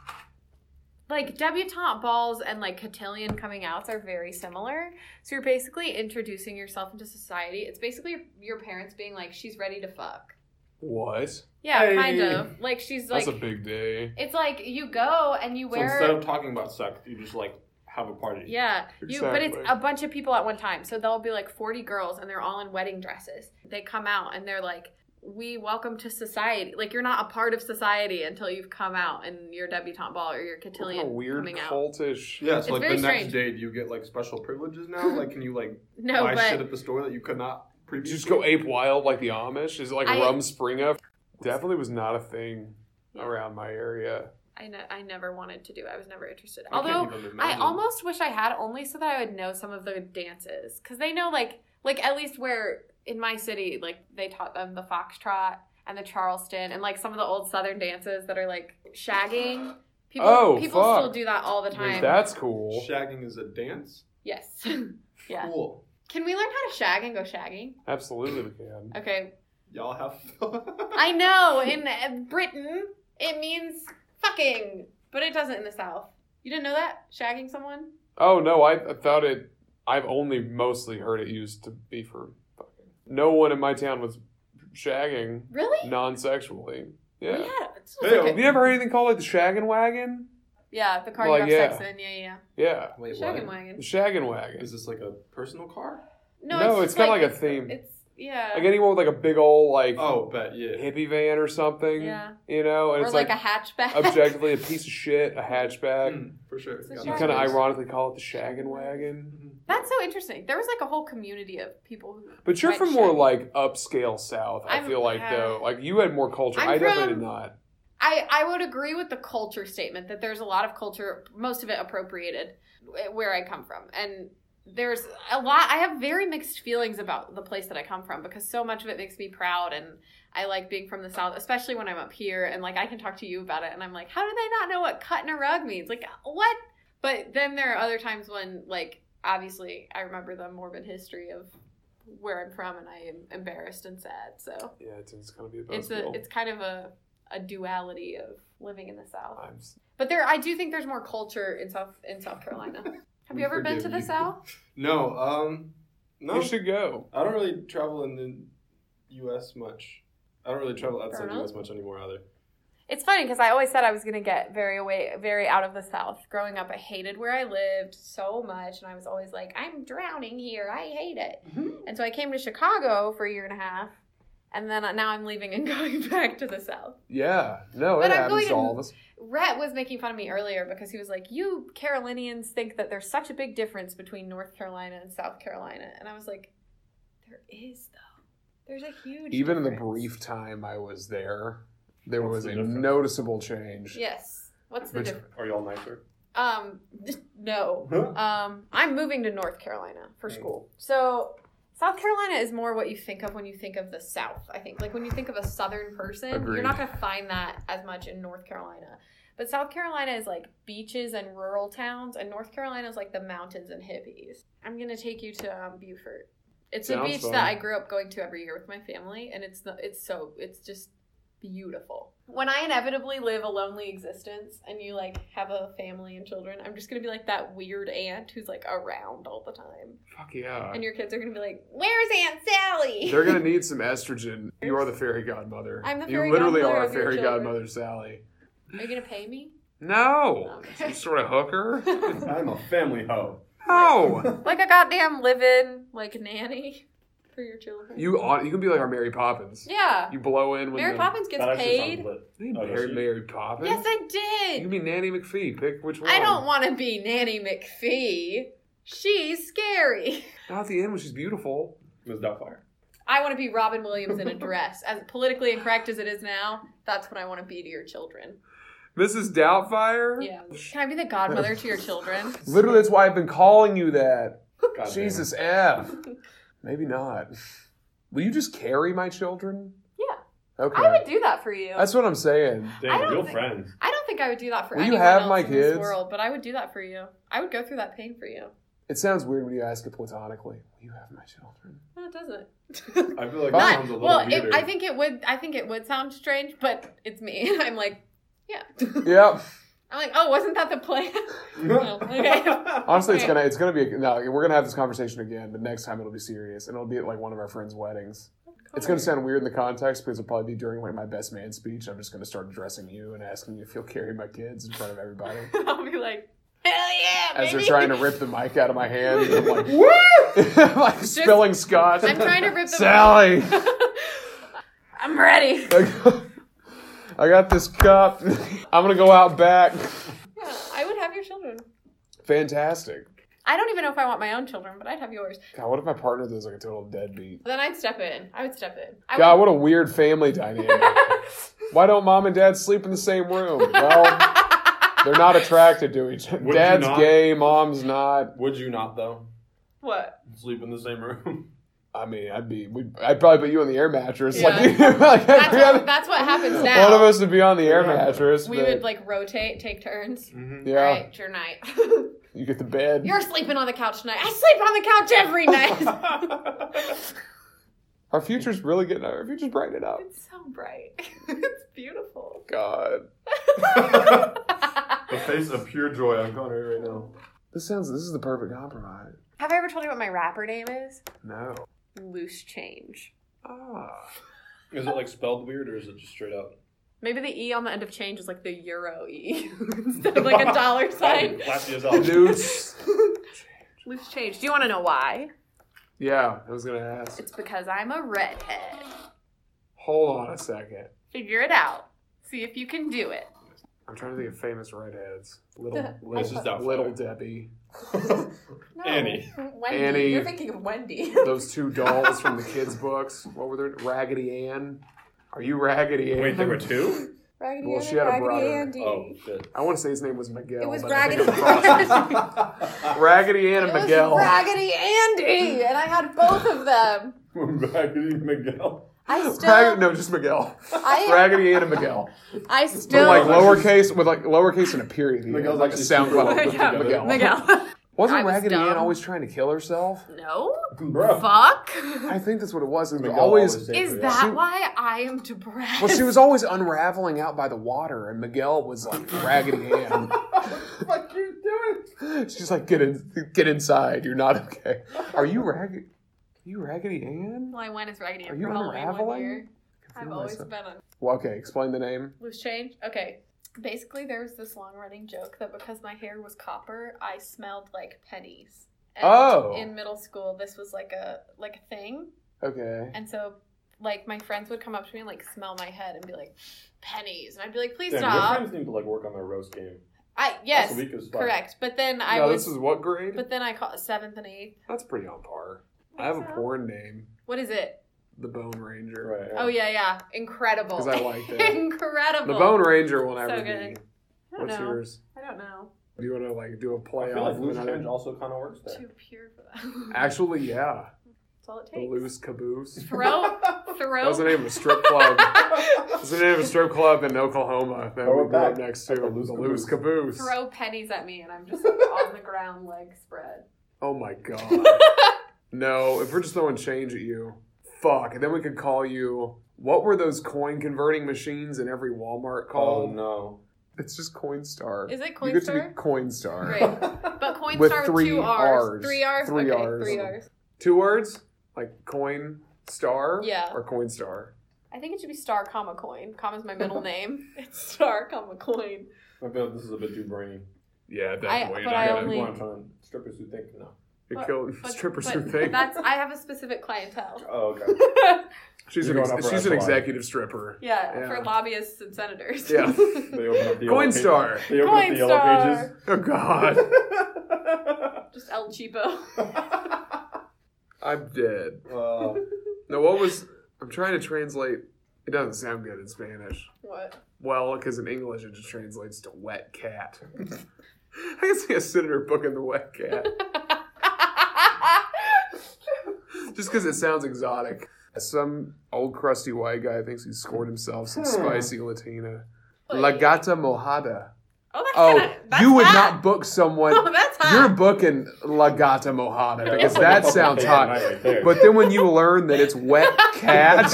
S1: like debutante balls and like cotillion coming outs are very similar. So you're basically introducing yourself into society. It's basically your, your parents being like, she's ready to fuck.
S3: What?
S1: Yeah,
S2: Hey.
S1: kind of. Like she's like,
S3: That's a big day.
S1: it's like you go and you
S2: So instead
S1: wear.
S2: of talking about sex, you just like have a party.
S1: yeah, you, but it's
S3: Exactly.
S1: a bunch of people at one time. So there'll be like 40 girls and they're all in wedding dresses. They come out and they're like, we welcome to society. Like you're not a part of society until you've come out and your debutante ball or your
S3: What
S1: cotillion
S3: kind of weird
S1: coming out.
S3: cultish.
S2: Yeah, so
S1: It's
S2: like the
S1: very
S2: next
S1: strange.
S2: day, do you get like special privileges now? Like, can you like
S1: No,
S2: buy shit
S1: but
S2: at the store that you could not
S3: Did
S2: previously?
S3: you just go ape wild like the Amish? Is it like
S1: I-
S3: Rum Springer? Definitely was not a thing around my area.
S1: I, ne- I never wanted to do. it. I was never interested.
S2: I can't
S1: Although
S2: even
S1: I
S2: imagine.
S1: almost wish I had only so that I would know some of the dances because they know like like at least where in my city like they taught them the foxtrot and the Charleston and like some of the old Southern dances that are like shagging. People
S3: Oh,
S1: people
S3: fuck.
S1: still do that all the time.
S3: That's cool.
S2: shagging is a dance.
S1: yes. yeah.
S2: Cool.
S1: Can we learn how to shag and go shagging?
S3: Absolutely, we can.
S1: Okay.
S2: Y'all have. fun.
S1: I know in uh, Britain it means fucking, but it doesn't in the South. You didn't know that shagging someone.
S3: Oh no, I, I thought it. I've only mostly heard it used to be for fucking. No one in my town was shagging
S1: Really?
S3: non-sexually. Yeah.
S1: We had- this was
S2: Ew.
S1: like a-
S3: Have you ever heard anything called like the shaggin' wagon?
S1: Yeah, the car
S3: Well,
S1: you have
S3: yeah.
S1: sex in. Yeah, yeah.
S3: Yeah,
S1: yeah.
S2: Wait,
S1: Shaggin'
S2: what?
S3: the
S1: wagon.
S3: shaggin' wagon.
S2: Is this like a personal car?
S1: No,
S3: No,
S1: it's,
S3: it's
S1: just
S3: kinda
S1: like,
S3: like a theme.
S1: It's uh, yeah.
S3: like anyone with like a big old like
S2: Oh, bet yeah.
S3: hippie van or something.
S1: Yeah.
S3: You know, and
S1: or
S3: it's
S1: like,
S3: like,
S1: a hatchback.
S3: objectively a piece of shit, a hatchback.
S2: Mm, for sure.
S1: It's a
S2: Got
S3: You
S1: Yeah.
S2: that
S3: kind of
S2: space.
S3: ironically call it the shaggin' wagon.
S2: Mhm.
S1: That's so interesting. There was like a whole community of people who.
S3: But you're
S1: went
S3: from more
S1: shagging.
S3: like upscale South. I
S1: I'm-
S3: feel like
S1: yeah.
S3: though, like you had more culture.
S1: I'm
S3: I definitely
S1: from-
S3: did not.
S1: I I would agree with the culture statement that there's a lot of culture, most of it appropriated, wh- where I come from, and there's a lot. I have very mixed feelings about the place that I come from because so much of it makes me proud, and I like being from the south, especially when I'm up here, and like I can talk to you about it, and I'm like, how do they not know what cutting a rug means? Like what? But then there are other times when like obviously I remember the morbid history of where I'm from, and I am embarrassed and sad. So
S3: Yeah, it's, it's gonna be a
S1: it's a
S3: buzzkill.
S1: it's kind of a a duality of living in the south
S3: I'm s-
S1: but there i do think there's more culture in south in south carolina have
S2: We
S1: you ever been
S2: forgive
S1: to the
S2: you.
S1: south
S2: No, um, no.
S3: You should go.
S2: I don't really travel in the U.S. much. I don't really travel outside
S1: Fair
S2: the
S1: enough.
S2: U.S. much anymore either.
S1: it's funny because i always said i was going to get very away very out of the south growing up i hated where i lived so much and i was always like i'm drowning here i hate it and so i came to chicago for a year and a half and then uh, now i'm leaving and going back to the south
S3: Yeah, no,
S1: But
S3: it
S1: I'm
S3: happens
S1: going
S3: to all of
S1: in-
S3: us.
S1: Rhett was making fun of me earlier because he was like, You Carolinians think that there's such a big difference between North Carolina and South Carolina. And I was like, There is, though. There's a huge
S3: Even in the
S1: difference."
S3: brief time I was there, there
S2: What's
S3: was
S2: the
S3: a
S2: difference?
S3: noticeable change.
S1: Yes. What's the
S3: Which-
S1: difference?
S2: Are y'all nicer?
S1: Um, no. Um, I'm moving to North Carolina for
S2: Right.
S1: school. So South Carolina is more what you think of when you think of the South. I think like when you think of a Southern person,
S3: Agreed.
S1: you're not going to find that as much in North Carolina. But South Carolina is like beaches and rural towns, and North Carolina is like the mountains and hippies. I'm gonna take you to um, Beaufort. It's
S3: Sounds
S1: a beach
S3: fun.
S1: that I grew up going to every year with my family, and it's the, it's so it's just beautiful. When I inevitably live a lonely existence and you like have a family and children, I'm just gonna be like that weird aunt who's like around all the time.
S3: Fuck yeah.
S1: And your kids are gonna be like, Where's Aunt Sally?
S3: They're gonna need some estrogen. You are the fairy godmother.
S1: I'm the
S3: you
S1: fairy
S3: literally
S1: godmother
S3: are
S1: of your
S3: fairy
S1: children.
S3: godmother, Sally.
S1: Are you gonna pay me?
S3: No,
S1: Okay.
S3: some sort of hooker.
S2: I'm a family hoe.
S3: No,
S1: Like a goddamn live in like nanny for your children.
S3: you ought, you can be like our Mary Poppins.
S1: yeah.
S3: You blow in when
S1: Mary
S3: the,
S1: Poppins gets paid.
S3: You
S2: Oh,
S3: married
S2: she-
S3: Mary Poppins.
S1: Yes, I
S3: you
S1: did.
S3: can be Nanny McPhee. Pick which one.
S1: I don't want to be Nanny McPhee. She's scary.
S3: Not at the end when she's beautiful.
S2: Ms. Doubtfire.
S1: I want to be Robin Williams in a dress. As politically incorrect as it is now, that's what I want to be to your children.
S3: Mrs. Doubtfire.
S1: Yeah. Can I be the godmother to your children?
S3: Literally, that's why I've been calling you that.
S2: God damn.
S3: Jesus F. Maybe not. Will you just carry my children?
S1: Yeah.
S3: Okay.
S1: I would do that for you.
S3: That's what I'm saying.
S1: I
S2: Dang,
S1: don't
S2: real
S1: think-
S2: friends.
S1: I don't think I would do that for
S3: Will you
S1: anyone
S3: have
S1: else
S3: my
S1: in this
S3: kids?
S1: world, but I would do that for you. I would go through that pain for you.
S3: It sounds weird when you ask it platonically. Will you have my children?
S1: No, it doesn't.
S2: I feel like that
S3: Not-
S1: Not,
S2: sounds a little
S1: well,
S2: weirder.
S1: it, I think it would. I think it would sound strange, but it's me. I'm like, yeah.
S3: Yep.
S1: I'm like, oh, wasn't that the plan? Oh, okay.
S3: Honestly, it's
S1: Okay.
S3: gonna it's gonna be a, no. We're gonna have this conversation again, but next time it'll be serious, and it'll be at like one of our friends' weddings. It's gonna sound weird in the context because it'll probably be during like my best man speech. I'm just gonna start addressing you and asking you if you'll carry my kids in front of everybody
S1: I'll be like, hell yeah,
S3: as
S1: baby.
S3: they're trying to rip the mic out of my hand. And I'm like, woo! like spilling scotch.
S1: I'm trying to rip the
S3: Sally.
S1: I'm ready.
S3: I got- I got this cup. I'm gonna go out back.
S1: Yeah, I would have your children.
S3: Fantastic.
S1: I don't even know if I want my own children, but I'd have yours.
S3: God, what if my partner does like a total deadbeat?
S1: Then I'd step in. I would step in. I
S3: God,
S1: would-
S3: what a weird family dynamic. Why don't mom and dad sleep in the same room? Well, they're not attracted to each other.
S2: Would you
S3: Dad's
S2: not?
S3: gay, mom's not.
S2: Would you not though?
S1: what?
S2: Sleep in the same room.
S3: I mean, I'd be, we'd, I'd probably put you on the air mattress.
S1: Yeah.
S3: Like, like,
S1: That's
S3: every other-
S1: what, that's what happens now.
S3: one of us would be on the air
S2: Yeah.
S3: mattress.
S1: we
S3: but-
S1: would like rotate, take turns.
S2: Mm-hmm.
S3: yeah,
S1: All right, it's your night.
S3: you get the bed.
S1: You're sleeping on the couch tonight. I sleep on the couch every night.
S3: Our future's really getting, our future's brightening up.
S1: it's so bright. it's beautiful.
S3: God,
S2: the face of pure joy on Connor right now.
S3: this sounds, this is the perfect compromise.
S1: Have I ever told you what my rapper name is?
S3: No.
S1: Loose Change.
S3: Ah.
S2: Is it like spelled weird or is it just straight up?
S1: Maybe the E on the end of change is like the euro E instead of like a dollar sign.
S2: Classy as all.
S3: Dudes.
S1: Loose change. Do you want to know why?
S3: Yeah, I was gonna ask.
S1: It's because I'm a redhead.
S3: Hold on a second.
S1: Figure it out. See if you can do it.
S3: I'm trying to think of famous redheads. Little,
S2: This is
S3: little,
S2: Doubtfire.
S3: little Debbie.
S1: No.
S2: Annie.
S1: Wendy.
S3: Annie.
S1: You're thinking of Wendy.
S3: Those two dolls from the kids' books. What were their Raggedy Ann? Are you Raggedy Ann?
S2: Wait, there were two?
S5: Raggedy
S3: Well,
S5: Ann
S3: she
S5: and
S3: had a
S5: Raggedy
S3: brother.
S5: Andy.
S2: Oh, shit.
S3: I want to say his name was Miguel.
S5: It was
S3: but I think
S5: Raggedy
S3: I'm crossing-
S2: We're
S3: Raggedy Ann and
S5: It was
S3: Miguel.
S5: Raggedy Andy, and I had both of them.
S2: back in Miguel.
S5: I still,
S3: Rag- no, just Miguel.
S5: I-
S3: Raggedy Ann and Miguel.
S5: I
S3: But
S5: still.
S3: like
S2: No.
S3: lowercase with like lowercase and a period. at the end,
S2: Miguel's
S3: like a
S2: actually
S3: sound
S2: super
S3: level.
S2: well
S1: Yeah,
S2: put
S3: Miguel.
S2: together.
S1: Miguel. I
S3: Wasn't
S1: was
S3: Raggedy Ann
S1: dumb.
S3: always trying to kill herself?
S1: No.
S2: Bro.
S1: Fuck.
S3: I think that's what it was. It was
S2: Miguel
S3: always
S2: always did.
S1: Is
S2: Yeah.
S1: that
S3: She-
S1: why I am depressed?
S3: Well, she was always unraveling out by the water, and Miguel was like Raggedy Ann.
S2: What you doing?
S3: She's like, get in, get inside. You're not okay. Are you Raggedy? Are you Raggedy Ann?
S1: Well, I went as Raggedy
S3: Are
S1: Ann
S3: you
S1: for Halloween one
S3: unraveling?
S1: year. I've
S3: Confused
S1: always
S3: myself.
S1: been on
S3: Well, okay. Explain the name.
S1: Loose change? Okay. Basically, there was this long running joke that because my hair was copper, I smelled like pennies. And
S3: Oh.
S1: In middle school, this was like a like a thing,
S3: Okay.
S1: and so like my friends would come up to me and like smell my head and be like, pennies, and I'd be like, please
S2: Damn, your
S1: stop.
S2: friends need to like work on their roast game.
S1: I
S2: That's
S1: yes,
S2: weak as fuck.
S1: correct. But then I
S3: no,
S1: was,
S3: this is what grade?
S1: but then I caught seventh and eighth.
S3: That's pretty on par. I have a
S1: So-
S3: porn name,
S1: What is it?
S3: the Bone Ranger,
S2: Right.
S1: Oh yeah, yeah, incredible.
S3: 'Cause I like that.
S1: incredible.
S3: The Bone Ranger will never
S1: So
S3: be.
S1: good. I don't
S3: What's
S1: know.
S3: yours?
S1: I don't know.
S3: Do you want to like do a
S2: I feel
S3: playoff?
S2: like
S3: with
S2: loose
S3: another-
S2: change also kind of works there.
S1: Too pure for that.
S3: Actually, yeah.
S1: That's all it
S3: The
S1: takes.
S3: Loose Caboose.
S1: Throw, throw.
S3: That was the name of a strip club. It's the name of a strip club in Oklahoma that
S2: Oh,
S3: we grew up
S2: back.
S3: next to.
S2: The
S3: The
S2: Loose
S3: Loose Caboose.
S1: throw pennies at me and I'm just like, on the ground, leg spread.
S3: Oh my god. no, if we're just throwing change at you, fuck. And then we could call you. What were those coin converting machines in every Walmart
S2: Oh
S3: called?
S2: no.
S3: It's just Coinstar.
S1: Is it
S3: You get to be
S1: Coinstar?
S3: Coinstar.
S1: Great. But coins
S3: With
S1: start with
S3: three
S1: two R's.
S3: Rs.
S1: Three R's?
S3: Three
S1: okay,
S3: Rs.
S1: Three R's.
S3: Two words like coin star.
S1: Yeah.
S3: Or Coinstar.
S1: I think it should be star comma coin. Comma's my middle name. It's star comma coin.
S2: I feel like this is a bit too brainy.
S3: Yeah, at that
S1: I-
S3: point.
S1: but
S3: I
S1: I
S3: gotta,
S1: only-
S2: People aren't trying strippers who think no.
S3: you're
S1: but-
S3: killing
S1: But-
S3: strippers
S1: but
S3: who think.
S1: That's I have a specific clientele.
S2: Oh okay.
S3: She's,
S2: You're
S3: an,
S2: going up
S3: ex-
S2: for
S3: she's an
S2: SY.
S3: executive stripper.
S1: Yeah,
S3: Yeah.
S1: for lobbyists and senators.
S3: Yeah.
S2: They open up the yellow
S3: Coinstar.
S2: pages. They open up the yellow
S3: Oh, God.
S2: pages.
S1: Just El Cheapo.
S3: I'm dead.
S2: Uh,
S3: No, what was. I'm trying to translate. It doesn't sound good in Spanish.
S1: what?
S3: Well, because in English it just translates to wet cat. I can see a senator booking the wet cat just because it sounds exotic. Some old crusty white guy thinks he scored himself some
S2: Hmm.
S3: spicy Latina. La gata mojada.
S1: Oh, that's
S3: Oh,
S1: kinda, that's
S3: you would
S1: hot.
S3: not book someone.
S1: Oh, that's hot.
S3: You're booking La Gata Mojada because
S2: that's like
S3: that
S2: a
S3: sounds
S2: fucking
S3: hot.
S2: night right there.
S3: But then when you learn that it's wet cat,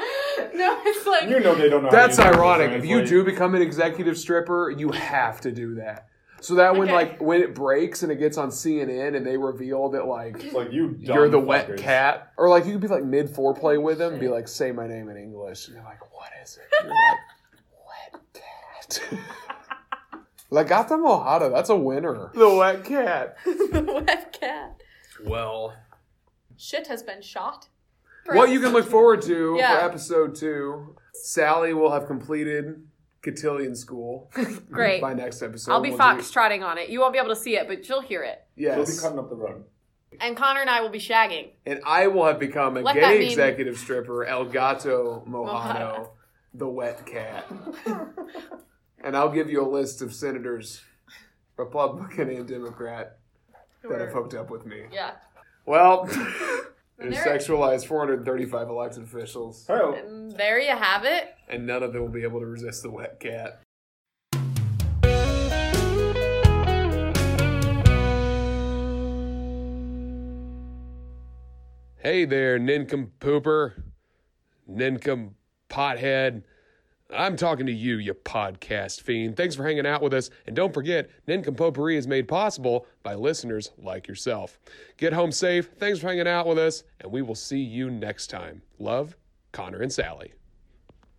S1: no, it's like
S2: you know they don't know. how
S3: that's
S2: to use it,
S3: ironic. If you
S2: translate.
S3: do become an executive stripper, you have to do that. So that when
S1: Okay.
S3: like when it breaks and it gets on CNN and they reveal that like
S2: It's like you. Dumb
S3: you're the wet
S2: fuckers.
S3: cat, or like you could be like mid foreplay with them, and be like, "Say my name in English," and they're like, "What is it?" And You're like, "Wet cat." La Gata Mojada. That's a winner. The wet cat.
S1: the wet cat.
S3: Well.
S1: Shit has been shot.
S3: What you can look forward to
S1: Yeah.
S3: for episode two, Sally will have completed cotillion school.
S1: Great.
S3: By next episode.
S1: I'll be
S3: We'll
S1: fox trotting on it. You won't be able to see it, but you'll hear it.
S3: do-
S2: You'll be
S3: yes.
S2: cutting up the rug.
S1: And Connor and I will be shagging.
S3: And I will have become a
S1: Let that
S3: gay
S1: mean-
S3: executive stripper, El Gato Mojano,
S1: Mojano.
S3: the wet cat. and I'll give you a list of senators, Republican and Democrat, that have hooked up with me.
S1: Yeah.
S3: Well, it
S1: And
S3: has
S1: there-
S3: sexualized 435 elected officials,
S2: Hey,
S1: And there you have it.
S3: and none of them will be able to resist the wet cat. Hey there, nincompooper, nincom pothead. I'm talking to you, you podcast fiend. Thanks for hanging out with us. And don't forget, Nincompoopery is made possible by listeners like yourself. Get home safe. Thanks for hanging out with us. And we will see you next time. Love, Connor and Sally.